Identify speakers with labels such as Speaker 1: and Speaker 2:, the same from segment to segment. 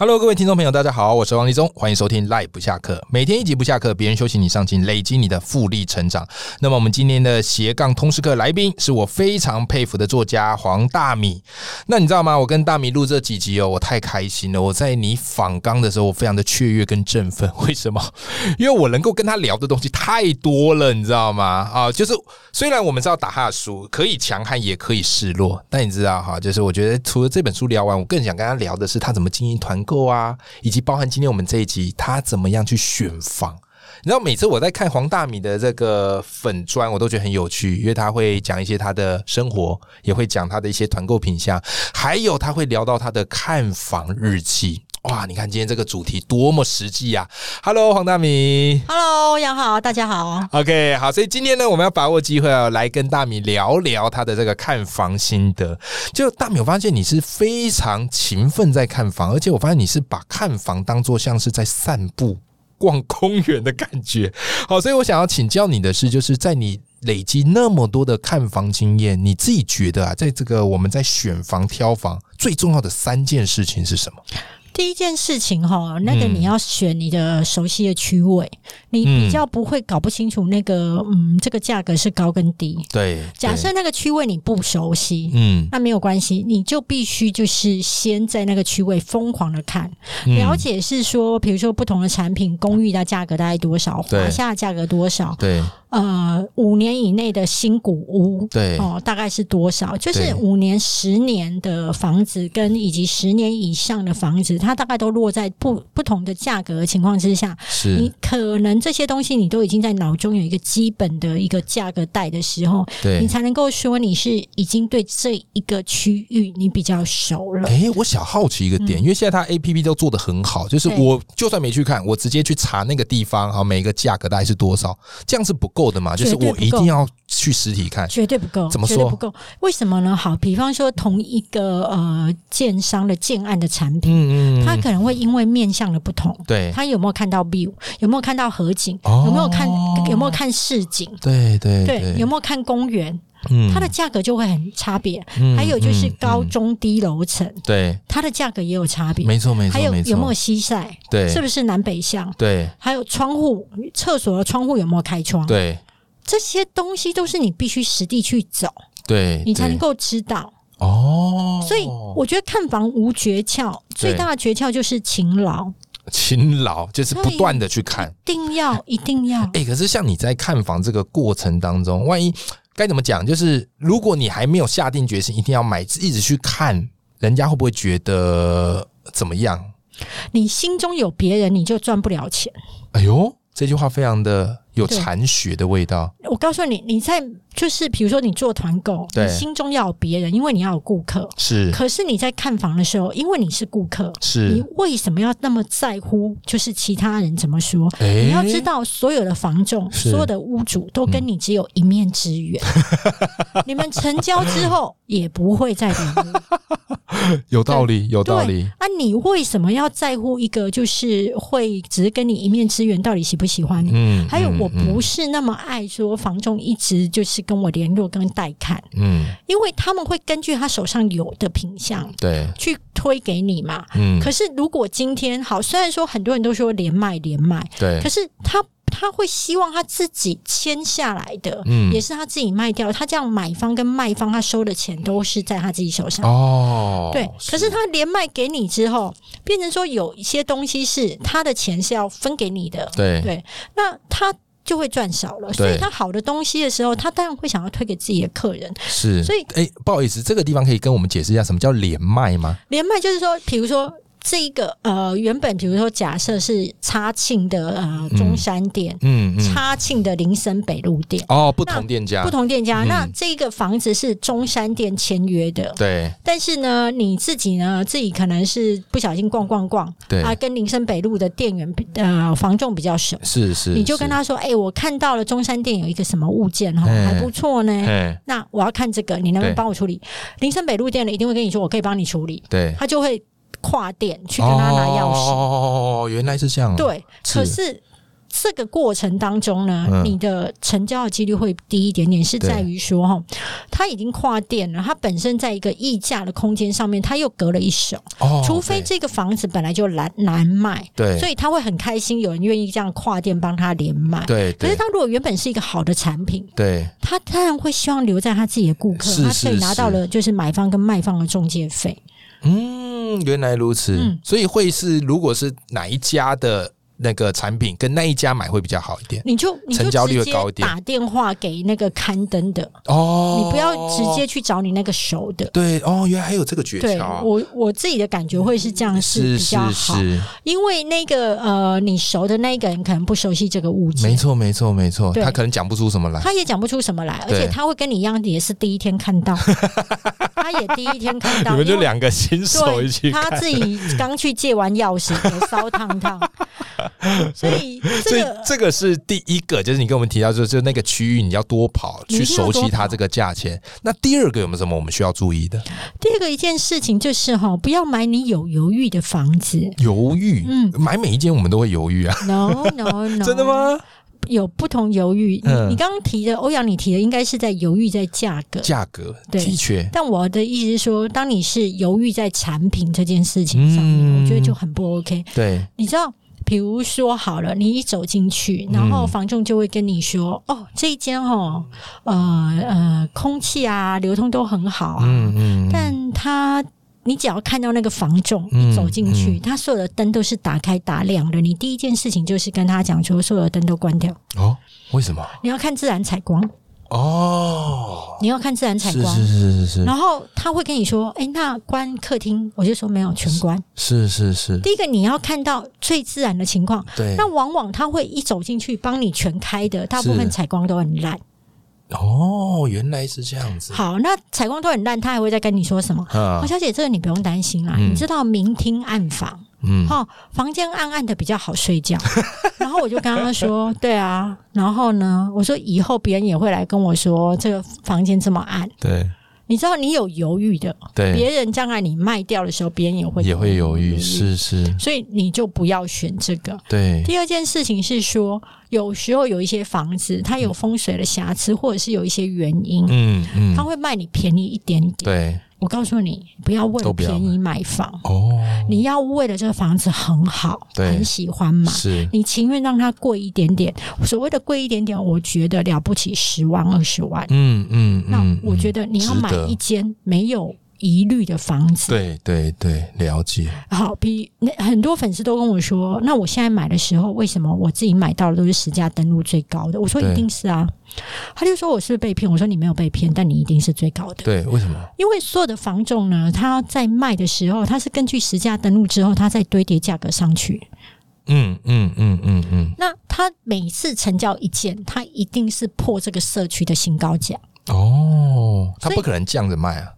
Speaker 1: Hello，各位听众朋友，大家好，我是王立忠，欢迎收听《赖不下课》，每天一集不下课，别人休息你上进，累积你的复利成长。那么我们今天的斜杠通识课来宾是我非常佩服的作家黄大米。那你知道吗？我跟大米录这几集哦，我太开心了。我在你访纲的时候，我非常的雀跃跟振奋。为什么？因为我能够跟他聊的东西太多了，你知道吗？啊，就是虽然我们知道打哈书可以强悍，也可以示弱，但你知道哈，就是我觉得除了这本书聊完，我更想跟他聊的是他怎么经营团购啊，以及包含今天我们这一集他怎么样去选房。你知道每次我在看黄大米的这个粉砖，我都觉得很有趣，因为他会讲一些他的生活，也会讲他的一些团购品相，还有他会聊到他的看房日期。哇，你看今天这个主题多么实际啊！Hello，黄大米。
Speaker 2: Hello，杨好，大家好。
Speaker 1: OK，好，所以今天呢，我们要把握机会啊，来跟大米聊聊他的这个看房心得。就大米，我发现你是非常勤奋在看房，而且我发现你是把看房当做像是在散步、逛公园的感觉。好，所以我想要请教你的是，就是在你累积那么多的看房经验，你自己觉得啊，在这个我们在选房、挑房最重要的三件事情是什么？
Speaker 2: 第一件事情哈，那个
Speaker 1: 嗯
Speaker 2: 你要选你的熟悉的区位，你比
Speaker 1: 嗯
Speaker 2: 较不会搞不清楚那个嗯，这个价格是高跟低。
Speaker 1: 对，
Speaker 2: 假设
Speaker 1: 对
Speaker 2: 那个区位你不熟悉，
Speaker 1: 嗯
Speaker 2: 那没有关系，你就必须就是先在那个区位疯狂的看，
Speaker 1: 嗯
Speaker 2: 了解是说，比如说不同的产品，公寓的价格大概多少，
Speaker 1: 对
Speaker 2: 华夏价格多少，
Speaker 1: 对
Speaker 2: 呃，五年以内的新古屋，
Speaker 1: 对
Speaker 2: 哦，大概是多少？就是
Speaker 1: 对
Speaker 2: 五年、十年的房子，跟以及十年以上的房子，它大概都落在不不同的价格的情况之下。你
Speaker 1: 是，
Speaker 2: 可能这些东西你都已经在脑中有一个基本的一个价格带的时候，
Speaker 1: 对
Speaker 2: 你。才能够说你是已经对这一个区域你比较熟了。
Speaker 1: 哎、我想好奇一个点，因为现在它 A P P 都做的很好，就是
Speaker 2: 嗯对
Speaker 1: 我就算没去看，我直接去查那个地方啊，每一个价格大概是多少，这样是不够的嘛？就是
Speaker 2: 绝对
Speaker 1: 我
Speaker 2: 不
Speaker 1: 一
Speaker 2: 够
Speaker 1: 定要去实体看，
Speaker 2: 绝对不够，
Speaker 1: 怎么
Speaker 2: 绝对
Speaker 1: 说
Speaker 2: 不够？为什么呢？好，比方说同一个呃建商的建案的产品，
Speaker 1: 嗯
Speaker 2: 它可能会因为面向的不同，
Speaker 1: 对
Speaker 2: 他有没有看到 view，有没有看到河景，
Speaker 1: 哦
Speaker 2: 有没有看有没有看市景，
Speaker 1: 对对
Speaker 2: 对，有没有看公园，
Speaker 1: 嗯
Speaker 2: 它的价格就会很差别。
Speaker 1: 嗯
Speaker 2: 还有就是
Speaker 1: 嗯
Speaker 2: 高
Speaker 1: 嗯
Speaker 2: 中低楼层，
Speaker 1: 对，
Speaker 2: 它的价格也有差别。
Speaker 1: 没错没错，
Speaker 2: 还有
Speaker 1: 没错
Speaker 2: 有没有西晒，
Speaker 1: 对
Speaker 2: 是不是南北向？
Speaker 1: 对
Speaker 2: 还有窗户、厕所的窗户有没有开窗？
Speaker 1: 对
Speaker 2: 这些东西都是你必须实地去走，
Speaker 1: 对，
Speaker 2: 你才
Speaker 1: 对
Speaker 2: 能够知道。
Speaker 1: 哦，
Speaker 2: 所以我觉得看房无诀窍，最大的诀窍就是勤劳，
Speaker 1: 勤劳就是不
Speaker 2: 所以
Speaker 1: 断的去看。
Speaker 2: 一定要一定要。
Speaker 1: 哎、可是像你在看房这个过程当中，万一该怎么讲？就是如果你还没有下定决心一定要买，一直去看，人家会不会觉得怎么样？
Speaker 2: 你心中有别人，你就赚不了钱。
Speaker 1: 哎呦，这句话非常的有
Speaker 2: 对
Speaker 1: 残血的味道。
Speaker 2: 我告诉你，你在就是比如说你做团购，
Speaker 1: 对
Speaker 2: 你心中要有别人，因为你要有顾客。
Speaker 1: 是
Speaker 2: 可是你在看房的时候，因为你是顾客，你
Speaker 1: 是，
Speaker 2: 为什么要那么在乎？就是其他人怎么说？
Speaker 1: 哎、
Speaker 2: 你要知道，所有的房仲、
Speaker 1: 是
Speaker 2: 所有的屋主都跟你只有一面 之缘，你们成交之后也不会再联络。
Speaker 1: 有道理，有道理。
Speaker 2: 啊，你为什么要在乎一个就是会只是跟你一面之缘，到底喜不喜欢你？
Speaker 1: 嗯，
Speaker 2: 还有，
Speaker 1: 嗯
Speaker 2: 我不，是那么爱说房仲一直就是跟我联络跟带看，
Speaker 1: 嗯，嗯
Speaker 2: 因为他们会根据他手上有的品相
Speaker 1: 对，
Speaker 2: 去推给你嘛。
Speaker 1: 嗯，
Speaker 2: 可是如果今天好，虽然说很多人都说连麦连麦，
Speaker 1: 对
Speaker 2: 可，是他他会希望他自己签下来的，
Speaker 1: 嗯
Speaker 2: 也是他自己卖掉，他这样买方跟卖方他收的钱都是在他自己手上。
Speaker 1: 哦，
Speaker 2: 对，可是他连卖给你之后，变成说有一些东西是他的钱是要分给你的，
Speaker 1: 对
Speaker 2: 对，那他就会赚少了。所以他好的东西的时候，他当然会想要推给自己的客人。
Speaker 1: 是，
Speaker 2: 所以
Speaker 1: 哎、不好意思，这个地方可以跟我们解释一下什么叫连麦吗？
Speaker 2: 连麦就是说，比如说。这一个呃，原本比如说假设是插庆的呃中山店，
Speaker 1: 嗯嗯，
Speaker 2: 插庆的林森北路店，
Speaker 1: 哦，不
Speaker 2: 那
Speaker 1: 同店家，
Speaker 2: 不同店家。
Speaker 1: 嗯
Speaker 2: 那这个房子是中山店签约的，
Speaker 1: 对
Speaker 2: 但是呢，你自己呢，自己可能是不小心逛逛逛，
Speaker 1: 对
Speaker 2: 啊，跟林森北路的店员比呃房仲比较熟，
Speaker 1: 是是，
Speaker 2: 你就跟
Speaker 1: 是，
Speaker 2: 他说，哎、我看到了中山店有一个什么物件哈，
Speaker 1: 嗯
Speaker 2: 还不错呢，
Speaker 1: 哎，
Speaker 2: 那我要看这个，你能不能
Speaker 1: 对
Speaker 2: 帮我处理？林森北路店的一定会跟你说，我可以帮你处理，
Speaker 1: 对，哦
Speaker 2: 他就会跨店去跟他拿钥匙，
Speaker 1: 哦，原来是这样啊，
Speaker 2: 对，
Speaker 1: 是
Speaker 2: 可是。这个过程当中呢，
Speaker 1: 嗯
Speaker 2: 你的成交的几率会低一点点，是
Speaker 1: 对
Speaker 2: 在于说哈，它已经跨店了，它本身在一个溢价的空间上面，它又隔了一手，
Speaker 1: 哦，
Speaker 2: 除非这个房子本来就难难卖，
Speaker 1: 对
Speaker 2: 所以他会很开心，有人愿意这样跨店帮他连卖。
Speaker 1: 对
Speaker 2: 可
Speaker 1: 对
Speaker 2: 是他如果原本是一个好的产品，
Speaker 1: 对
Speaker 2: 他当然会希望留在他自己的顾客，
Speaker 1: 是
Speaker 2: 他
Speaker 1: 是
Speaker 2: 可以拿到
Speaker 1: 是
Speaker 2: 了就是买方跟卖方的中介费。
Speaker 1: 嗯，原来如此。
Speaker 2: 嗯
Speaker 1: 所以会是如果是哪一家的那个产品跟那一家买会比较好一点
Speaker 2: 你就你就
Speaker 1: 成交率
Speaker 2: 直
Speaker 1: 会
Speaker 2: 接
Speaker 1: 高一点
Speaker 2: 打电话给那个刊登的，
Speaker 1: 哦。
Speaker 2: 你不要直接去找你那个熟的。
Speaker 1: 对哦，原来还有这个诀
Speaker 2: 对
Speaker 1: 窍，啊
Speaker 2: 我我自己的感觉会是这样
Speaker 1: 是
Speaker 2: 比较
Speaker 1: 是
Speaker 2: 好，
Speaker 1: 是，
Speaker 2: 因为那个呃你熟的那一个人可能不熟悉这个物
Speaker 1: 没
Speaker 2: 件，
Speaker 1: 错没错没错，
Speaker 2: 对
Speaker 1: 他可能讲不出什么来。
Speaker 2: 他也讲不出什么来，而
Speaker 1: 对
Speaker 2: 且他会跟你一样也是第一天看 到，他也第一天看到，因为
Speaker 1: 个新
Speaker 2: 对，他自己刚去借完钥匙，有烧烫 烫，所以
Speaker 1: 所
Speaker 2: 这
Speaker 1: 以
Speaker 2: 个
Speaker 1: 这个是第一个，就是你跟我们提到，就是就那个区域你要多跑
Speaker 2: 你
Speaker 1: 去
Speaker 2: 一定要
Speaker 1: 熟悉
Speaker 2: 多
Speaker 1: 它
Speaker 2: 跑
Speaker 1: 这个价钱。那第二个有没有什么我们需要注意的？
Speaker 2: 第二个一件事情就是哈，不要买你有犹豫的房子。
Speaker 1: 犹豫，
Speaker 2: 嗯
Speaker 1: 买每一间我们都会犹豫啊，
Speaker 2: No no no，
Speaker 1: 真的？吗？
Speaker 2: 有不同犹豫。你
Speaker 1: 嗯
Speaker 2: 你刚刚提的欧阳，你提的应该是在犹豫在价格，
Speaker 1: 价格
Speaker 2: 对
Speaker 1: 的确，
Speaker 2: 但我的意思是说，当你是犹豫在产品这件事情上面，
Speaker 1: 嗯
Speaker 2: 我觉得就很不 OK。
Speaker 1: 对，
Speaker 2: 你知道，比如说好了，你一走进去，然后
Speaker 1: 嗯
Speaker 2: 房仲就会跟你说：“哦，这一间哦，呃呃，空气啊，流通都很好啊。
Speaker 1: 嗯嗯，
Speaker 2: 但他。你只要看到那个房仲
Speaker 1: 嗯
Speaker 2: 一走进去，
Speaker 1: 嗯
Speaker 2: 他所有的灯都是打开打亮的。你第一件事情就是跟他讲说，所有的灯都关掉。
Speaker 1: 哦，为什么？
Speaker 2: 你要看自然采光，
Speaker 1: 哦，
Speaker 2: 你要看自然采
Speaker 1: 是
Speaker 2: 光。
Speaker 1: 是是是是
Speaker 2: 然后他会跟你说：“哎、那关客厅。”我就说没有，全关。
Speaker 1: 是是是，
Speaker 2: 第一个你要看到最自然的情况，
Speaker 1: 对，
Speaker 2: 那往往他会一走进去帮你全开的，大
Speaker 1: 是
Speaker 2: 部分采光都很烂。
Speaker 1: 哦，原来是这样子，
Speaker 2: 好，那采光都很烂，他还会再跟你说什么？
Speaker 1: 啊
Speaker 2: 黄、，小姐，这个你不用担心啦，
Speaker 1: 嗯
Speaker 2: 你知道明厅暗房，
Speaker 1: 嗯，
Speaker 2: 哈、房间暗暗的比较好 睡觉。然后我就跟他说，对啊，然后呢，我说以后别人也会来跟我说这个房间这么暗，
Speaker 1: 对
Speaker 2: 你知道你有犹豫的，
Speaker 1: 对，
Speaker 2: 别人将来你卖掉的时候，别人也会
Speaker 1: 也会犹豫，，是是，
Speaker 2: 所以你就不要选这个。
Speaker 1: 对，
Speaker 2: 第二件事情是说，有时候有一些房子它有风水的瑕疵，或者是有一些原因，
Speaker 1: 嗯嗯
Speaker 2: 它，会卖你便宜一点点。
Speaker 1: 对，
Speaker 2: 我告诉你，不要为
Speaker 1: 都
Speaker 2: 了
Speaker 1: 不要
Speaker 2: 便宜买房，
Speaker 1: 哦，
Speaker 2: 你要为了这个房子很好，
Speaker 1: 对
Speaker 2: 很喜欢买。
Speaker 1: 是
Speaker 2: 你情愿让它贵一点点，所谓的贵一点点，我觉得了不起十万二十万。
Speaker 1: 嗯嗯，
Speaker 2: 那
Speaker 1: 嗯
Speaker 2: 我觉
Speaker 1: 嗯
Speaker 2: 得你要
Speaker 1: 值
Speaker 2: 买
Speaker 1: 得
Speaker 2: 一间没有疑虑的房子，
Speaker 1: 对对对，了解，
Speaker 2: 好，比那很多粉丝都跟我说，那我现在买的时候，为什么我自己买到的都是实价登录最高的？我说
Speaker 1: 对
Speaker 2: 一定是啊，他就说我是不是被骗？我说你没有被骗，但你一定是最高的，
Speaker 1: 对，为什么？
Speaker 2: 因为所有的房仲呢，他在卖的时候，他是根据实价登录之后，他再堆叠价格上去。
Speaker 1: 嗯嗯嗯嗯嗯，
Speaker 2: 那他每次成交一件，他一定是破这个社区的新高价。
Speaker 1: 嗯哦，他
Speaker 2: 所以
Speaker 1: 不可能这样子卖啊，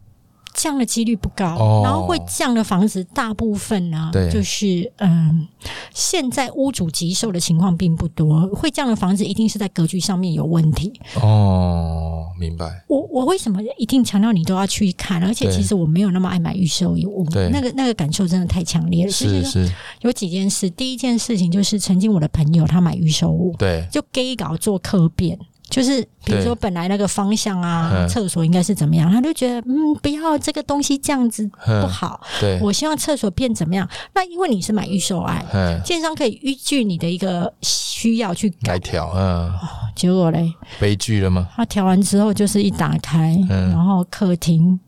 Speaker 2: 降的几率不高，
Speaker 1: 哦
Speaker 2: 然后会降的房子大部分呢
Speaker 1: 对，
Speaker 2: 就是嗯、现在屋主急售的情况并不多，会降的房子一定是在格局上面有问题。
Speaker 1: 哦，明白，
Speaker 2: 我我为什么一定强调你都要去看？而且
Speaker 1: 对
Speaker 2: 其实我没有那么爱买预售屋
Speaker 1: 对，
Speaker 2: 那个那个感受真的太强烈了。就是说
Speaker 1: 是，
Speaker 2: 有几件事，第一件事情就是曾经我的朋友他买预售屋，
Speaker 1: 对，
Speaker 2: 就 gay 搞做客变，就是比如
Speaker 1: 对
Speaker 2: 说本来那个方向
Speaker 1: 嗯
Speaker 2: 啊，厕所应该是怎么样，他就觉得嗯不要这个东西这样子不
Speaker 1: 嗯，
Speaker 2: 好，
Speaker 1: 对，
Speaker 2: 我希望厕所变怎么样？那因为你是买预售案，
Speaker 1: 嗯，
Speaker 2: 建商可以依据你的一个需要去
Speaker 1: 来
Speaker 2: 改。
Speaker 1: 调，嗯，
Speaker 2: 结果嘞，
Speaker 1: 悲剧了吗？
Speaker 2: 他调完之后就是一打开，
Speaker 1: 嗯
Speaker 2: 然后客厅，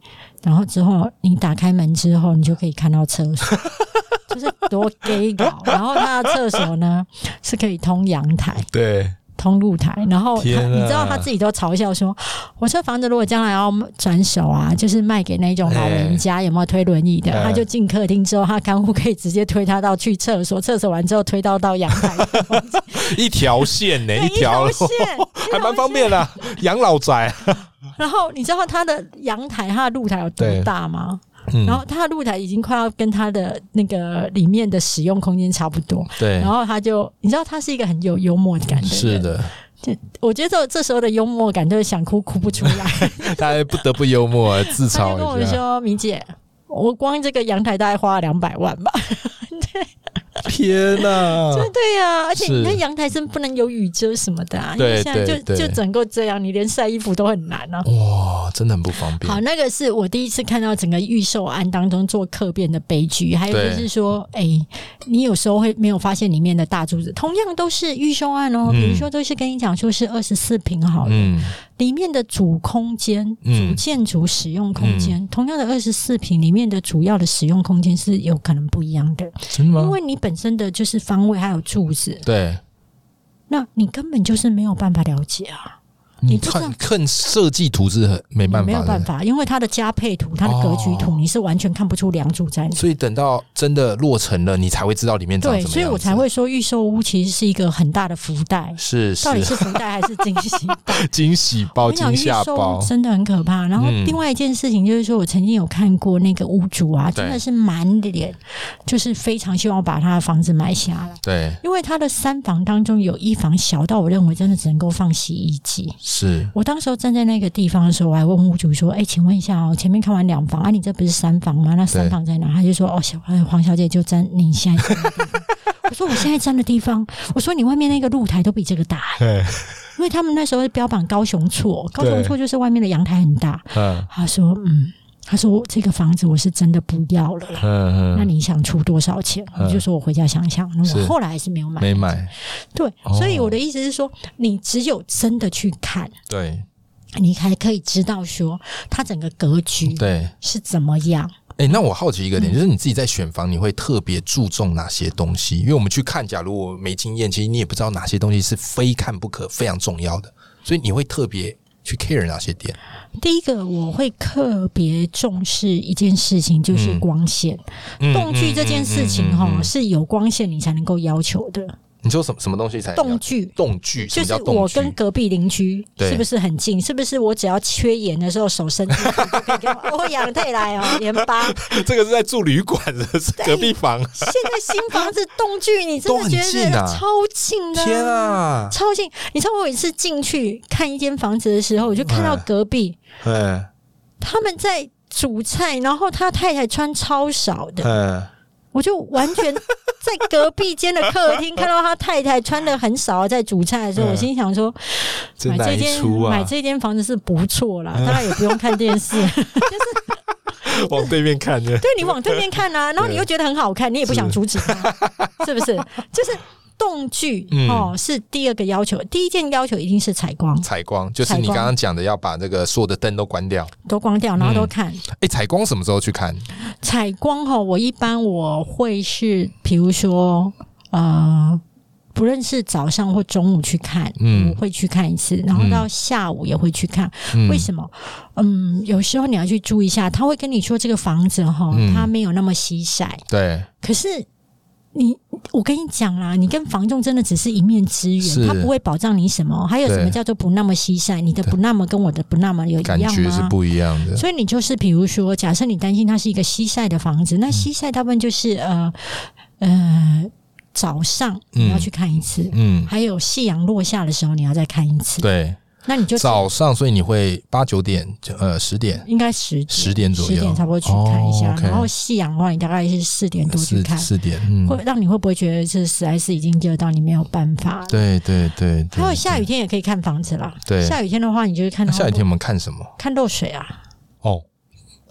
Speaker 2: 然后之后你打开门之后，你就可以看到厕 所。就是多 gay 搞，然后他的厕所呢是可以通阳台、
Speaker 1: 对，
Speaker 2: 通露台，然后他
Speaker 1: 天啊
Speaker 2: 你知道他自己都嘲笑说，我这房子如果将来要转手啊，就是卖给那种老人家，
Speaker 1: 哎
Speaker 2: 有没有推轮椅的？
Speaker 1: 嗯
Speaker 2: 他就进客厅之后，他看护可以直接推他到去厕所，厕所完之后推到到阳 台，
Speaker 1: 一条线呢，
Speaker 2: 对一
Speaker 1: 条
Speaker 2: 条
Speaker 1: 路
Speaker 2: 线，
Speaker 1: 还蛮方便的，养老宅，啊
Speaker 2: 然后你知道他的阳台、他的露台有
Speaker 1: 对
Speaker 2: 多大吗？
Speaker 1: 嗯
Speaker 2: 然后他的露台已经快要跟他的那个里面的使用空间差不多。
Speaker 1: 对
Speaker 2: 然，后他就，你知道他是一个很有幽默感
Speaker 1: 哎
Speaker 2: 的人，
Speaker 1: 是，的，
Speaker 2: 我觉得这这时候的幽默感就是想哭哭不出来。
Speaker 1: 他不得不幽默自
Speaker 2: 他就跟
Speaker 1: 嘲
Speaker 2: 我
Speaker 1: 一下，
Speaker 2: 说：“米姐，我光这个阳台大概花了两百万吧。
Speaker 1: 天哪、
Speaker 2: 对 对呀、而且
Speaker 1: 是
Speaker 2: 你看阳台是不能有雨遮什么的啊，因
Speaker 1: 对
Speaker 2: 为现在就
Speaker 1: 对对哦
Speaker 2: 就整个这样，你连晒衣服都很难啊。
Speaker 1: 哇，真的很不方便
Speaker 2: 好，。那个是我第一次看到整个预售案当中做客变的悲剧，还有
Speaker 1: 对
Speaker 2: 就是说，哎、你有时候会没有发现里面的大柱子，同样都是预售案哦，
Speaker 1: 嗯
Speaker 2: 比如说都是跟你讲说是二十四平好了，
Speaker 1: 嗯
Speaker 2: 里面的主空间、主
Speaker 1: 嗯
Speaker 2: 建筑使用空间，同样的二十四平里面的主要的使用空间是有可能不一样的，
Speaker 1: 真的
Speaker 2: 因
Speaker 1: 吗？
Speaker 2: 为你本身的就是方位还有柱子，
Speaker 1: 对，
Speaker 2: 那你根本就是没有办法了解啊，
Speaker 1: 你
Speaker 2: 你不知道
Speaker 1: 看看设计图是很没
Speaker 2: 你
Speaker 1: 办
Speaker 2: 没有
Speaker 1: 法
Speaker 2: 办
Speaker 1: 的。
Speaker 2: 法，因为它的家配图、它的格局图，
Speaker 1: 哦
Speaker 2: 你是完全看不出梁柱在哪。
Speaker 1: 所以等到真的落成了，你才会知道里面长
Speaker 2: 对，
Speaker 1: 什么样子。
Speaker 2: 所以我才会说预售屋其实是一个很大的福袋，
Speaker 1: 是
Speaker 2: 到底
Speaker 1: 是
Speaker 2: 是福袋还是惊喜？
Speaker 1: 惊喜包、
Speaker 2: 我讲
Speaker 1: 惊
Speaker 2: 预
Speaker 1: 吓
Speaker 2: 售
Speaker 1: 包
Speaker 2: 屋，真的很可怕。然后
Speaker 1: 嗯
Speaker 2: 另外一件事情就是说，我曾经有看过那个屋主啊，真的
Speaker 1: 对
Speaker 2: 是满脸就是非常希望把他的房子买下来，
Speaker 1: 对，
Speaker 2: 因为他的三房当中有一房小到我认为真的只能够放洗衣机。
Speaker 1: 是
Speaker 2: 我当时候站在那个地方的时候，我还问屋主说：“哎、请问一下哦，前面看完两房啊，你这不是三房吗？那三房在哪？”他就说：“哦，小黄小姐就站你现在站的地方。” 我说：“我现在站的地方，我说你外面那个露台都比这个大、
Speaker 1: 对
Speaker 2: 因为他们那时候标榜高雄厝，高雄
Speaker 1: 对
Speaker 2: 厝就是外面的阳台很大。”
Speaker 1: 嗯
Speaker 2: 他说：“嗯，他说这个房子我是真的不要了啦。”
Speaker 1: 嗯
Speaker 2: 那
Speaker 1: 嗯，
Speaker 2: 你想出多少钱？
Speaker 1: 嗯
Speaker 2: 我就说我回家想想。那
Speaker 1: 是
Speaker 2: 我后来还是没有买。
Speaker 1: 没买，
Speaker 2: 对，
Speaker 1: 哦
Speaker 2: 所以我的意思是说，你只有真的去看，
Speaker 1: 对
Speaker 2: 你还可以知道说它整个格局
Speaker 1: 对。
Speaker 2: 是怎么样。
Speaker 1: 哎、那我好奇一个
Speaker 2: 嗯
Speaker 1: 点，就是你自己在选房，你会特别注重哪些东西？因为我们去看，假如我没经验，其实你也不知道哪些东西是非看不可、非常重要的，所以你会特别去 care 哪些点？
Speaker 2: 第一个，我会特别重视一件事情，就是
Speaker 1: 嗯
Speaker 2: 光线。
Speaker 1: 嗯
Speaker 2: 动具这件事情，哈、是有光线你才能够要求的。
Speaker 1: 你说什么什么东西才
Speaker 2: 动具
Speaker 1: 动具？什
Speaker 2: 就
Speaker 1: 么
Speaker 2: 是
Speaker 1: 叫
Speaker 2: 我
Speaker 1: 动具？
Speaker 2: 跟隔壁邻居
Speaker 1: 对
Speaker 2: 是不是很近？是不是我只要缺盐的时候手伸进去就可以给 我欧阳退来哦，盐巴。
Speaker 1: 这个是在住旅馆的隔壁 房，
Speaker 2: 现在新房子动距，你真
Speaker 1: 都
Speaker 2: 的
Speaker 1: 很
Speaker 2: 觉
Speaker 1: 近
Speaker 2: 得
Speaker 1: 啊
Speaker 2: 超近的、
Speaker 1: 天！啊！
Speaker 2: 超近！你知道我有一次进去看一间房子的时候，我就看到
Speaker 1: 嗯
Speaker 2: 隔壁
Speaker 1: 嗯
Speaker 2: 他们在煮菜，然后他太太穿超少的，
Speaker 1: 嗯，
Speaker 2: 我就完全在隔壁间的客 厅看到他太太穿的很少在煮菜的时候，
Speaker 1: 嗯
Speaker 2: 我心想说，
Speaker 1: 真
Speaker 2: 买
Speaker 1: 哪
Speaker 2: 这
Speaker 1: 一
Speaker 2: 间
Speaker 1: 出
Speaker 2: 买
Speaker 1: 啊？嗯
Speaker 2: 这间房子是不错啦，大概也不用看 电视，
Speaker 1: 往对面看的，
Speaker 2: 对你往对面看啊，然后你又觉得很好看，你也不想阻止他， 是不是？就是动距
Speaker 1: 嗯
Speaker 2: 哦，是第二个要求，第一件要求一定是采光，
Speaker 1: 采光就是
Speaker 2: 采
Speaker 1: 你
Speaker 2: 光
Speaker 1: 刚刚讲的，要把这个所有的灯都关掉。
Speaker 2: 都关掉，然后都看。
Speaker 1: 哎、采光什么时候去看？
Speaker 2: 采光哈，我一般我会是，比如说，呃，不论是早上或中午去看，
Speaker 1: 嗯
Speaker 2: 我会去看一次，然后到下午也会去看。
Speaker 1: 嗯
Speaker 2: 为什么？嗯，有时候你要去注意一下，他会跟你说这个房子哈
Speaker 1: 嗯，
Speaker 2: 它没有那么西晒，
Speaker 1: 对，
Speaker 2: 可是。你我跟你讲啦，你跟房仲真的只是一面之
Speaker 1: 是
Speaker 2: 缘，他不会保障你什么。还有什么
Speaker 1: 对
Speaker 2: 叫做不那么西晒？你的不那么跟我的不那么有一样
Speaker 1: 感
Speaker 2: 吗？
Speaker 1: 觉是不一样的。
Speaker 2: 所以你就是，比如说，假设你担心它是一个西晒的房子，那
Speaker 1: 嗯
Speaker 2: 西晒大部分就是呃呃早上你要去看一次，
Speaker 1: 嗯，
Speaker 2: 还有夕阳落下的时候你要再看一次。
Speaker 1: 对，
Speaker 2: 那你就
Speaker 1: 早上，所以你会八九点，就呃，十点、
Speaker 2: 应该十
Speaker 1: 十点左右，
Speaker 2: 十点差不多去看一下，
Speaker 1: 哦，OK 呃
Speaker 2: 然后夕阳的话，你大概是四点多去
Speaker 1: 四
Speaker 2: 看，
Speaker 1: 四点，嗯，
Speaker 2: 会让你会不会觉得这实在是已经热到你没有办法？
Speaker 1: 对对对，对
Speaker 2: 还有下雨，天也哦可以看房子啦。
Speaker 1: 对
Speaker 2: 下雨天的话，你就会看
Speaker 1: 那
Speaker 2: 到
Speaker 1: 下雨天我们看什么？
Speaker 2: 看漏水啊，
Speaker 1: 哦，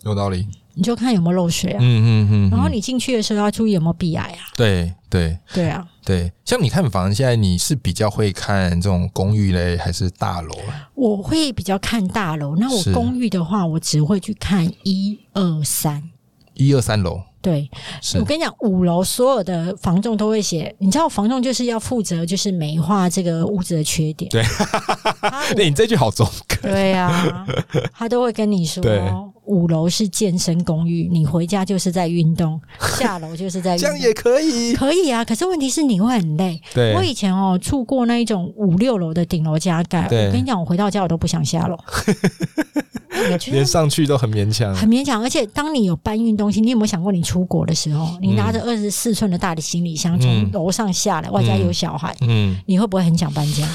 Speaker 1: 有道理，
Speaker 2: 你就看有没有漏水啊。
Speaker 1: 嗯嗯嗯，
Speaker 2: 然后
Speaker 1: 嗯
Speaker 2: 你进去的时候要注意有没有壁癌啊。
Speaker 1: 对对
Speaker 2: 对啊，
Speaker 1: 对，像你看房，现在你是比较会看这种公寓嘞，还是大楼？啊
Speaker 2: 我会比较看大楼，那我
Speaker 1: 是
Speaker 2: 公寓的话，我只会去看一二三。
Speaker 1: 一二三楼
Speaker 2: 对，
Speaker 1: 是
Speaker 2: 我，跟你讲，五楼所有的房仲都会写，你知道房仲就是要负责就是美化这个屋子的缺点。
Speaker 1: 对
Speaker 2: 他五，
Speaker 1: 对哎你这句好中肯，
Speaker 2: 对啊，他都会跟你说
Speaker 1: 对，
Speaker 2: 五楼是健身公寓，你回家就是在运动， 下楼就是在运
Speaker 1: 这样
Speaker 2: 动。
Speaker 1: 也可以，
Speaker 2: 可以啊，可是问题是你会很累。
Speaker 1: 对
Speaker 2: 我以前哦住过那一种五六楼的顶楼加盖，
Speaker 1: 对
Speaker 2: 我跟你讲，我回到家我都不想 下楼，哎因为我觉得
Speaker 1: 连上去都很勉强，
Speaker 2: 很勉强。而且当你有搬运东西，你有没有想过你出国的时候，你拿着二十四寸的大的行李箱从
Speaker 1: 嗯
Speaker 2: 楼上下来，外加有小孩，
Speaker 1: 嗯，
Speaker 2: 你会不会很想搬家，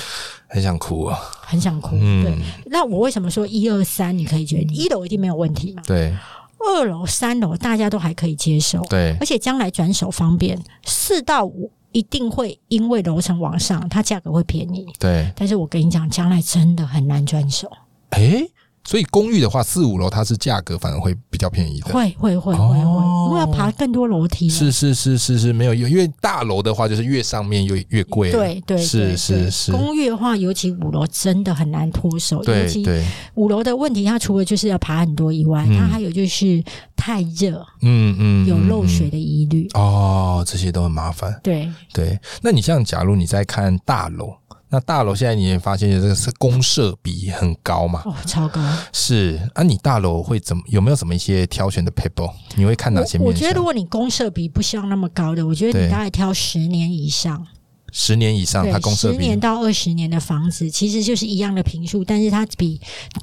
Speaker 1: 很想哭啊，
Speaker 2: 很想哭？对
Speaker 1: 嗯。，
Speaker 2: 那我为什么说一二三你可以决定？一楼一定没有问题嘛？
Speaker 1: 对，
Speaker 2: 二二楼、三楼大家都还可以接受，
Speaker 1: 对，
Speaker 2: 而且将来转手方便。四到五一定会因为楼层往上，它价格会便宜。
Speaker 1: 对，
Speaker 2: 但是我跟你讲，将来真的很难转手，
Speaker 1: 诶，哎所以公寓的话，四五楼它是价格反而会比较便宜的。
Speaker 2: 会会会会会，
Speaker 1: 哦
Speaker 2: 因为要爬更多楼梯了。啊
Speaker 1: 是是是是是，没有因为大楼的话，就是越上面越越贵了。
Speaker 2: 对对，
Speaker 1: 是
Speaker 2: 对
Speaker 1: 是
Speaker 2: 对
Speaker 1: 是
Speaker 2: 公寓的话，尤其五楼真的很难脱手，尤
Speaker 1: 对
Speaker 2: 其
Speaker 1: 对，
Speaker 2: 五楼的问题，它除了就是要爬很多以外，
Speaker 1: 嗯
Speaker 2: 它还有就是太热，
Speaker 1: 嗯嗯，
Speaker 2: 有漏水
Speaker 1: 的
Speaker 2: 的疑虑。
Speaker 1: 哦，这些都很麻烦。
Speaker 2: 对，
Speaker 1: 对，那你像假如你在看大楼，那大楼现在你也发现这个是公设比很高嘛？
Speaker 2: 哦，超高。
Speaker 1: 是啊，你大楼会怎么有没有什么一些挑选的 people？你会看哪些
Speaker 2: 我我
Speaker 1: 面
Speaker 2: 觉得，如
Speaker 1: 向？
Speaker 2: 果你公社比不希望那么高的，我觉得
Speaker 1: 对
Speaker 2: 你大概挑十年以上，
Speaker 1: 十年以上，它
Speaker 2: 对，
Speaker 1: 公设
Speaker 2: 十
Speaker 1: 比
Speaker 2: 年到二十年的房子，其实就是一样的平数，但是它比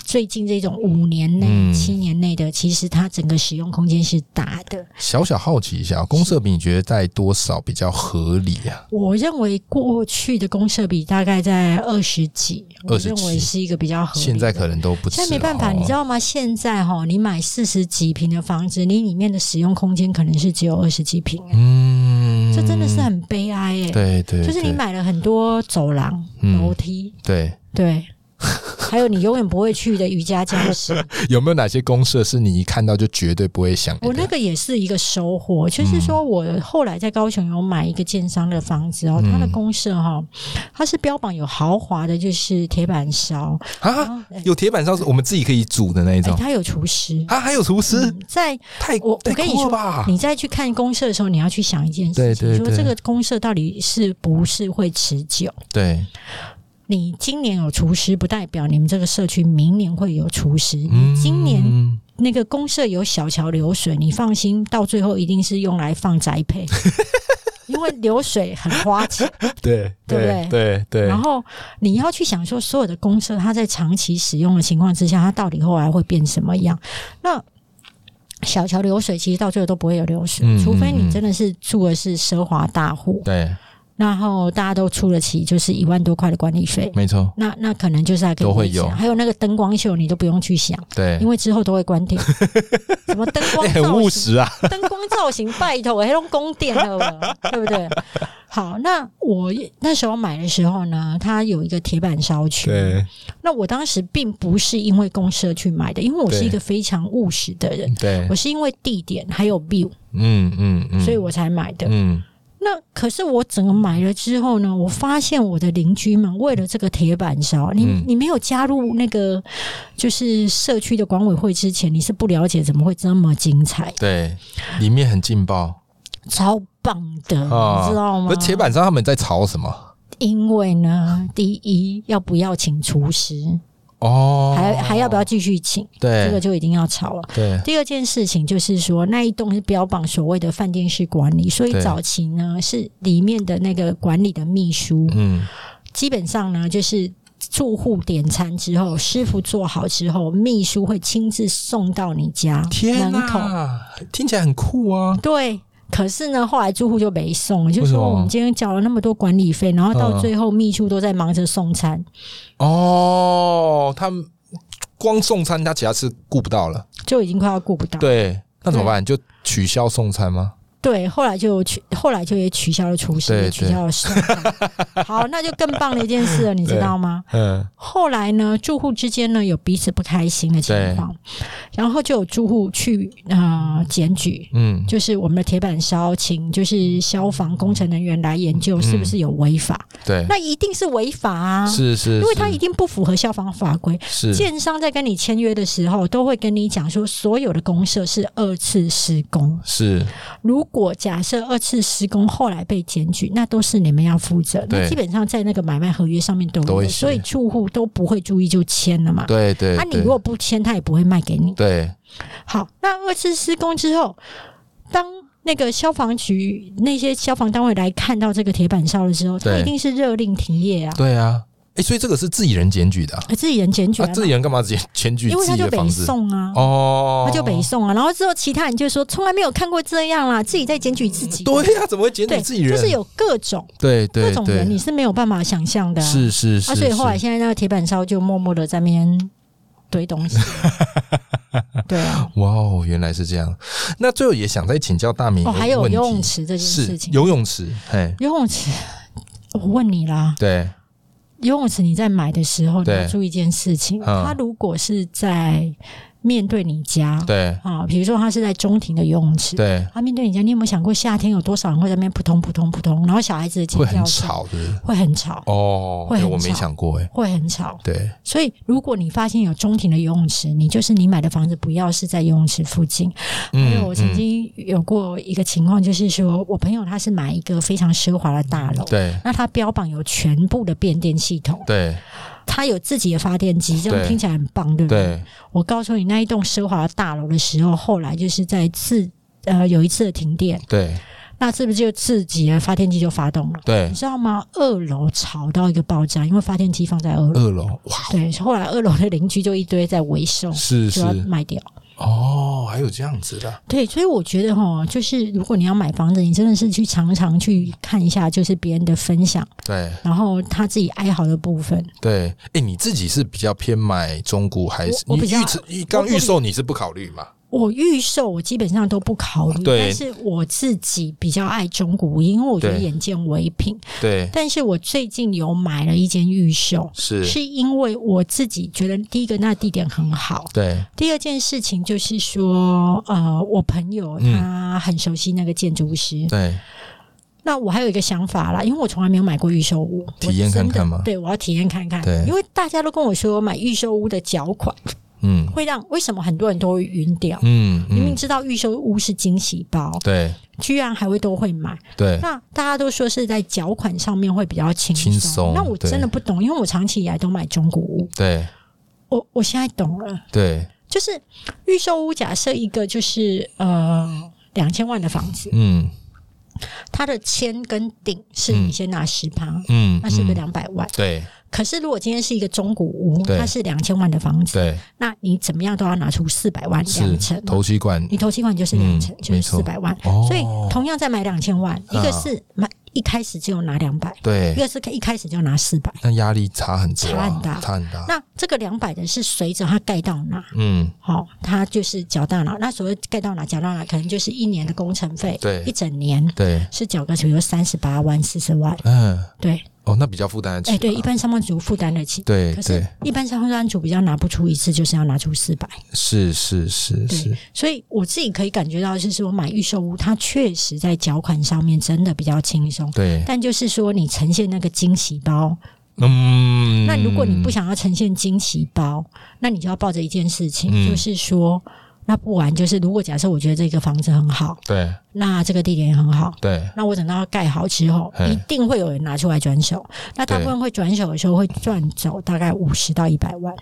Speaker 2: 最近这种五年内、
Speaker 1: 嗯
Speaker 2: 七年内的，其实它整个使用空间是大的。
Speaker 1: 小小好奇一下，公设比你觉得在多少比较合理啊？
Speaker 2: 我认为过去的公社比大概在二十几，我
Speaker 1: 20
Speaker 2: 认
Speaker 1: 几
Speaker 2: 为是一个比较合理的。
Speaker 1: 现在可能都不止了
Speaker 2: 现
Speaker 1: 哦，
Speaker 2: 在没办法，你知道吗？现在哈，你买四十几平的房子，你里面的使用空间可能是只有二十几平、欸
Speaker 1: 嗯，
Speaker 2: 这真的是很悲哀耶、
Speaker 1: 对嗯对，
Speaker 2: 就是你
Speaker 1: 对
Speaker 2: 买了很多走廊、
Speaker 1: 嗯
Speaker 2: 楼梯，
Speaker 1: 对
Speaker 2: 对，还有你永远不会去的瑜伽教室。
Speaker 1: 有没有哪些公社是你一看到就绝对不会想的？嗯
Speaker 2: 我那个也是一个收获，就是说我后来在高雄有买一个建商的房子哦，它的
Speaker 1: 嗯
Speaker 2: 公社哈、它是标榜有豪华的，就是铁板烧，
Speaker 1: 啊，
Speaker 2: 啊，
Speaker 1: 有铁板烧是我们自己可以煮的那一
Speaker 2: 哎
Speaker 1: 种
Speaker 2: 它有厨师。
Speaker 1: 啊，还有厨师，
Speaker 2: 嗯在
Speaker 1: 太
Speaker 2: 我
Speaker 1: 太
Speaker 2: 我跟你
Speaker 1: 酷了
Speaker 2: 说
Speaker 1: 吧，
Speaker 2: 你再去看公社的时候，你要去想一件事情，
Speaker 1: 对对
Speaker 2: 说
Speaker 1: 对
Speaker 2: 这个公社到底是不是会持久？
Speaker 1: 对，
Speaker 2: 你今年有厨师，不代表你们这个社区明年会有厨师。
Speaker 1: 嗯
Speaker 2: 你今年那个公社有小桥流水，你放心，到最后一定是用来放宅 配，因为流水很花钱。
Speaker 1: 对
Speaker 2: 对不
Speaker 1: 对对
Speaker 2: 然后你要去想说，所有的公社它在长期使用的情况之下，它到底后来会变什么样？那小桥流水其实到最后都不会有流水，
Speaker 1: 嗯
Speaker 2: 除非
Speaker 1: 嗯嗯
Speaker 2: 你真的是住的是奢华大户，
Speaker 1: 对，
Speaker 2: 然后大家都出得起，就是一万多块的管理费。
Speaker 1: 没错，
Speaker 2: 那那可能就是还可以
Speaker 1: 嗯都会
Speaker 2: 维持啊
Speaker 1: 有
Speaker 2: 还有那个灯光秀，你都不用去想，
Speaker 1: 对
Speaker 2: 因，为之后都会 关掉。什么灯光
Speaker 1: 哎
Speaker 2: 造 型、
Speaker 1: 很务实啊，
Speaker 2: 灯光造型，拜托，黑龙宫殿了 吧，对不对？好，那我那时候买的时候呢，它有一个铁板烧区。那我当时并不是因为公社去买的，因为我是
Speaker 1: 对
Speaker 2: 一个非常务实的人，
Speaker 1: 对
Speaker 2: 我，是因为地点还有 view，
Speaker 1: 嗯嗯嗯，
Speaker 2: 所以我才买的。
Speaker 1: 嗯
Speaker 2: 那可是我整个买了之后呢，我发现我的邻居们为了这个铁板烧，你、
Speaker 1: 嗯
Speaker 2: 你没有加入那个就是社区的管委会之前，你是不了解怎么会这么精彩，
Speaker 1: 对，里面很劲爆，
Speaker 2: 超棒的，
Speaker 1: 啊
Speaker 2: 你知道吗
Speaker 1: 那？铁板烧他们在吵什么？
Speaker 2: 因为呢，第一要不要请厨师，
Speaker 1: 哦，哎
Speaker 2: 还还要不要继续请，这个
Speaker 1: 对
Speaker 2: 就一定要吵了。
Speaker 1: 对
Speaker 2: 第二件事情就是说，那一栋是标榜所谓的饭店式管理，所以
Speaker 1: 对
Speaker 2: 早期呢是里面的那个管理的秘书，
Speaker 1: 嗯
Speaker 2: 基本上呢就是住户点餐之后，师傅做好之后，秘书会亲自送到你家
Speaker 1: 天
Speaker 2: 门口。
Speaker 1: 呐，听起来很酷啊！
Speaker 2: 对。可是呢，后来住户就没送了，就
Speaker 1: 为什么
Speaker 2: 说我们今天缴了那么多管理费，然后到
Speaker 1: 嗯
Speaker 2: 最后秘书都在忙着送餐，
Speaker 1: 哦，他们光送餐，他其他事顾不到了。
Speaker 2: 就已经快要顾不到。
Speaker 1: 对，那怎么办？就取消送餐吗？
Speaker 2: 对，后来就取，后来就也取消了厨师，
Speaker 1: 对
Speaker 2: 也取消了送餐。好，那就更棒的一件 事了，你知道吗？
Speaker 1: 嗯，
Speaker 2: 后来呢，住户之间呢有彼此不开心的情况，然后就有住户去呃检举，
Speaker 1: 嗯，
Speaker 2: 就是我们的铁板烧，请就是消防工程人员来研究是不是有违法，
Speaker 1: 嗯对，
Speaker 2: 那一定是违法啊，
Speaker 1: 是是，
Speaker 2: 因为它
Speaker 1: 是
Speaker 2: 一定不符合消防法规。
Speaker 1: 是
Speaker 2: 建商在跟你签约的时候，都会跟你讲说，所有的公社是二次施工。
Speaker 1: 是，
Speaker 2: 如果假设二次施工后来被检举，那都是你们要负责。
Speaker 1: 对
Speaker 2: 那基本上在那个买卖合约上面都
Speaker 1: 都
Speaker 2: 有，
Speaker 1: 会写
Speaker 2: 所以住户都不会注意就签了嘛。
Speaker 1: 对对，
Speaker 2: 啊，你
Speaker 1: 对
Speaker 2: 如果不签，他也不会卖给你。
Speaker 1: 对
Speaker 2: 好，那二次施工之后，当那个消防局那些消防单位来看到这个铁板烧的时候，他
Speaker 1: 对
Speaker 2: 一定是热令停业啊，
Speaker 1: 对啊，哎，所以这个是自己人检举的啊，
Speaker 2: 啊自己人检举
Speaker 1: 啊
Speaker 2: 来嘛
Speaker 1: 自己人干嘛检检举
Speaker 2: 因为
Speaker 1: 自
Speaker 2: 他
Speaker 1: 己
Speaker 2: 就
Speaker 1: 的
Speaker 2: 北
Speaker 1: 房子？
Speaker 2: 送啊，
Speaker 1: 哦，
Speaker 2: 他就北送啊，然后之后其他人就说从来没有看过这样啦，自己在检举自己。
Speaker 1: 对啊呀，怎么会检举
Speaker 2: 对，
Speaker 1: 自己人？
Speaker 2: 就是有各种
Speaker 1: 对
Speaker 2: 各
Speaker 1: 对
Speaker 2: 种人
Speaker 1: 对，
Speaker 2: 你是没有办法想象的啊、
Speaker 1: 是是
Speaker 2: 啊，
Speaker 1: 是，
Speaker 2: 所以后来
Speaker 1: 是
Speaker 2: 现在那个铁板烧就默默的在那边堆东 西。对啊，
Speaker 1: 哇哦，原来是这样。那最后也想再请教大明一个
Speaker 2: 哦，
Speaker 1: 问题，
Speaker 2: 还有游泳池这件事
Speaker 1: 是
Speaker 2: 情，
Speaker 1: 游泳池，嘿，
Speaker 2: 游泳池，我问你啦，
Speaker 1: 对，
Speaker 2: 游泳池你在买的时候，你
Speaker 1: 对
Speaker 2: 要注意一件事情，
Speaker 1: 嗯
Speaker 2: 它如果是在面对你家，
Speaker 1: 对，
Speaker 2: 啊，比如说它是在中庭的游泳池，
Speaker 1: 对，
Speaker 2: 它面对你家，你有没有想过夏天有多少人会在那边扑通扑通扑通，然后小孩子的尖
Speaker 1: 会很
Speaker 2: 叫声
Speaker 1: 吵的。
Speaker 2: 会很吵，
Speaker 1: 哦，
Speaker 2: 会
Speaker 1: 对
Speaker 2: 很
Speaker 1: 我没
Speaker 2: 吵
Speaker 1: 想过，哎，
Speaker 2: 会很吵。
Speaker 1: 对，
Speaker 2: 所以，如果你发现有中庭的游泳池，你就是你买的房子不要是在游泳池附近。因为
Speaker 1: 嗯，
Speaker 2: 我曾
Speaker 1: 嗯
Speaker 2: 经有过一个情况，就是说我朋友他是买一个非常奢华的大楼，
Speaker 1: 嗯对，
Speaker 2: 那他标榜有全部的变电系统，
Speaker 1: 对，
Speaker 2: 他有自己的发电机，这
Speaker 1: 对
Speaker 2: 样听起来很棒，对不对？
Speaker 1: 对，
Speaker 2: 我告诉你，那一栋奢华的大楼的时候，后来就是在自呃有一次的停电，
Speaker 1: 对，
Speaker 2: 那是不是就自己的发电机就发动了？
Speaker 1: 对
Speaker 2: 你，知道吗？二楼吵到一个爆炸，因为发电机放在二楼。
Speaker 1: 二楼，哇，
Speaker 2: 对，后来二楼的邻居就一堆在维修，
Speaker 1: 是
Speaker 2: 就嗯要
Speaker 1: 是，
Speaker 2: 卖掉。
Speaker 1: 哦，还有这样子的，
Speaker 2: 对，所以我觉得哈，就是如果你要买房子，你真的是去常常去看一下，就是别人的分享，
Speaker 1: 对，
Speaker 2: 然后他自己哀嚎的部分。
Speaker 1: 对，哎、你自己是比较偏买中古还是你
Speaker 2: 我我比较
Speaker 1: 预测预刚
Speaker 2: 我
Speaker 1: 预售你是不考虑嘛？
Speaker 2: 我预售我基本上都不考虑，
Speaker 1: 对
Speaker 2: 但是我自己比较爱中古，因为我觉得
Speaker 1: 对
Speaker 2: 眼见为凭。
Speaker 1: 对，
Speaker 2: 但是我最近有买了一间预售，
Speaker 1: 是，
Speaker 2: 是因为我自己觉得第一个那地点很好，
Speaker 1: 对，
Speaker 2: 第二件事情就是说，呃，我朋友
Speaker 1: 嗯
Speaker 2: 他很熟悉那个建筑师，
Speaker 1: 对，
Speaker 2: 那我还有一个想法啦，因为我从来没有买过预售屋，
Speaker 1: 体验
Speaker 2: 我真的
Speaker 1: 看看吗
Speaker 2: 对，我要体验看看。
Speaker 1: 对
Speaker 2: 因为大家都跟我说买预售屋的缴款
Speaker 1: 嗯
Speaker 2: 会让为什么很多人都会晕掉？
Speaker 1: 嗯
Speaker 2: 明明
Speaker 1: 嗯，
Speaker 2: 知道预售屋是惊喜包，
Speaker 1: 对
Speaker 2: 居然还会都会买。
Speaker 1: 对
Speaker 2: 那大家都说是在缴款上面会比较轻
Speaker 1: 轻松
Speaker 2: 那我真的不懂，因为我长期以来都买中古屋，
Speaker 1: 对
Speaker 2: 我我现在懂了，
Speaker 1: 对，
Speaker 2: 就是预售屋假设一个就是呃两千万的房子，
Speaker 1: 嗯
Speaker 2: 它的签跟顶是你先拿十趴。
Speaker 1: 嗯，
Speaker 2: 那是个
Speaker 1: 嗯
Speaker 2: 两百万，
Speaker 1: 对
Speaker 2: 可是如果今天是一个中古屋，
Speaker 1: 对
Speaker 2: 它是两千万的房子，
Speaker 1: 对
Speaker 2: 那你怎么样都要拿出四百万两
Speaker 1: 是
Speaker 2: 成，
Speaker 1: 投期款，
Speaker 2: 你投期款就是两成，
Speaker 1: 嗯
Speaker 2: 就
Speaker 1: 没
Speaker 2: 是
Speaker 1: 错
Speaker 2: 四百万。
Speaker 1: 哦
Speaker 2: 所以同样再买两千万，一个
Speaker 1: 啊
Speaker 2: 是买一开始只有拿两百，一
Speaker 1: 对，
Speaker 2: 个是一开始就拿四百。
Speaker 1: 那压力差很多、啊，
Speaker 2: 差很大
Speaker 1: 差很大，
Speaker 2: 那这个两百的是随着它盖到哪，
Speaker 1: 嗯，
Speaker 2: 好、哦，它就是缴到哪。那所谓盖到哪缴到哪，可能就是一年的工程费，
Speaker 1: 对
Speaker 2: 一整年
Speaker 1: 对，
Speaker 2: 是缴个比如三十八万、四十万，
Speaker 1: 嗯，
Speaker 2: 对，
Speaker 1: 哦，那比较负担得起
Speaker 2: 哎、
Speaker 1: 啊、
Speaker 2: 对，一般上班族负担得起，
Speaker 1: 对
Speaker 2: 可是
Speaker 1: 哎对，
Speaker 2: 一般上班族比较拿不出一次，就是要拿出四百。
Speaker 1: 是是是
Speaker 2: 对
Speaker 1: 是，
Speaker 2: 所以我自己可以感觉到，就是我买预售屋，它确实在缴款上面真的比较轻松。
Speaker 1: 对，
Speaker 2: 但就是说，你呈现那个惊喜包，
Speaker 1: 嗯，
Speaker 2: 那如果你不想要呈现惊喜包，那你就要抱着一件事情，
Speaker 1: 嗯
Speaker 2: 就是说，那不然就是，如果假设我觉得这个房子很好，
Speaker 1: 对
Speaker 2: 那这个地点也很好，
Speaker 1: 对
Speaker 2: 那我等到它盖好之后
Speaker 1: 嘿，
Speaker 2: 一定会有人拿出来转手。那大部分会转手的时候，会赚走大概五十到一百万。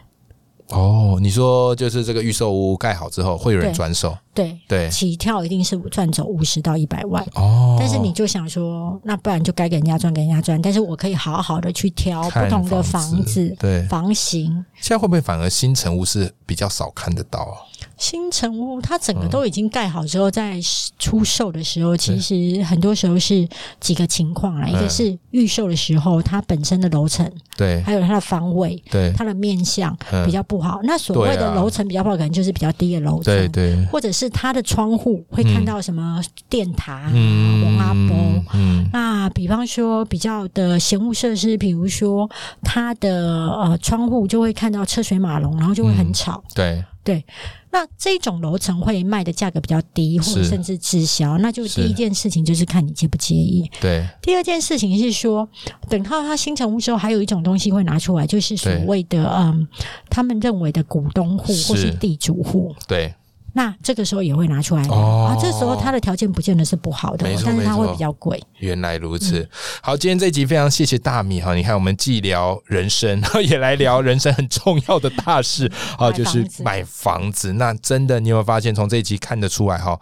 Speaker 1: 哦，你说就是这个预售屋盖好之后，会有人
Speaker 2: 对
Speaker 1: 转手，
Speaker 2: 对，
Speaker 1: 对，
Speaker 2: 起跳一定是赚走五十到一百万，
Speaker 1: 哦，
Speaker 2: 但是你就想说，那不然就该给人家赚，给人家赚。但是我可以好好的去挑不
Speaker 1: 哦看
Speaker 2: 同的
Speaker 1: 房
Speaker 2: 房子、
Speaker 1: 对，
Speaker 2: 房型、
Speaker 1: 现在会不会反而新城屋是比较少看得到啊？
Speaker 2: 新城屋，它整
Speaker 1: 嗯
Speaker 2: 个都已经盖好之后，在出售的时候，其实很多时候是几个情况啊啦，一个是预售的时候，它本身的楼层，
Speaker 1: 嗯对
Speaker 2: 还有它的方位。
Speaker 1: 对
Speaker 2: 它的面相
Speaker 1: 嗯
Speaker 2: 比较不好，那所谓
Speaker 1: 对啊
Speaker 2: 的楼层比较不好，可能就是比较低的楼层，
Speaker 1: 嗯对对，
Speaker 2: 或者是它的窗户会看到什么电塔、
Speaker 1: 嗯，
Speaker 2: 啊王阿波。
Speaker 1: 嗯，
Speaker 2: 那比方说比较的闲物设施，比如说它的呃窗户就会看到车水马龙，然后就会很吵。
Speaker 1: 对
Speaker 2: 那这种楼层会卖的价格比较低，或者
Speaker 1: 是
Speaker 2: 甚至滞销。那就是第一件事情就是看你介不介意。
Speaker 1: 对
Speaker 2: 第二件事情是说，等到它新成屋之后，还有一种东西会拿出来，就是所
Speaker 1: 对
Speaker 2: 谓的嗯，他们认为的股东户或
Speaker 1: 是
Speaker 2: 是地主户。
Speaker 1: 对，那
Speaker 2: 那这个时候也会拿出来拿，
Speaker 1: 哦
Speaker 2: 啊，这时候它的条件不见得是不好的
Speaker 1: 没
Speaker 2: 哦
Speaker 1: 错，
Speaker 2: 但是它
Speaker 1: 没
Speaker 2: 会
Speaker 1: 错
Speaker 2: 比较贵。
Speaker 1: 原来如
Speaker 2: 嗯
Speaker 1: 此。好，今天这集非常谢谢大米哈，你看我们既聊人生， 然后也来聊人生很重要的大事啊，
Speaker 2: 嗯买
Speaker 1: 就是
Speaker 2: 房子
Speaker 1: 买房子。那真的，你有没有发现从这一集看得出来哈？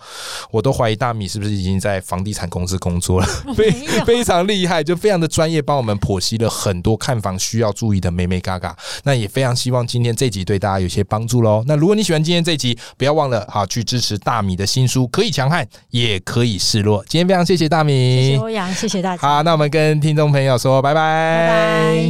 Speaker 1: 我都怀疑大米是不是已经在房地产公司工作了， 非
Speaker 2: 没 有
Speaker 1: 非常厉害，就非常的专业，帮我们剖析了很多看房需要注意的美美嘎嘎。那也非常希望今天这集对大家有些帮助喽。那如果你喜欢今天这集，不要忘了啊，去支持大米的新书《可以强悍，也可以示弱》。今天非常谢谢大米，
Speaker 2: 谢谢欧阳，谢谢大家，
Speaker 1: 好，那我们跟听众朋友说拜拜，
Speaker 2: 拜拜。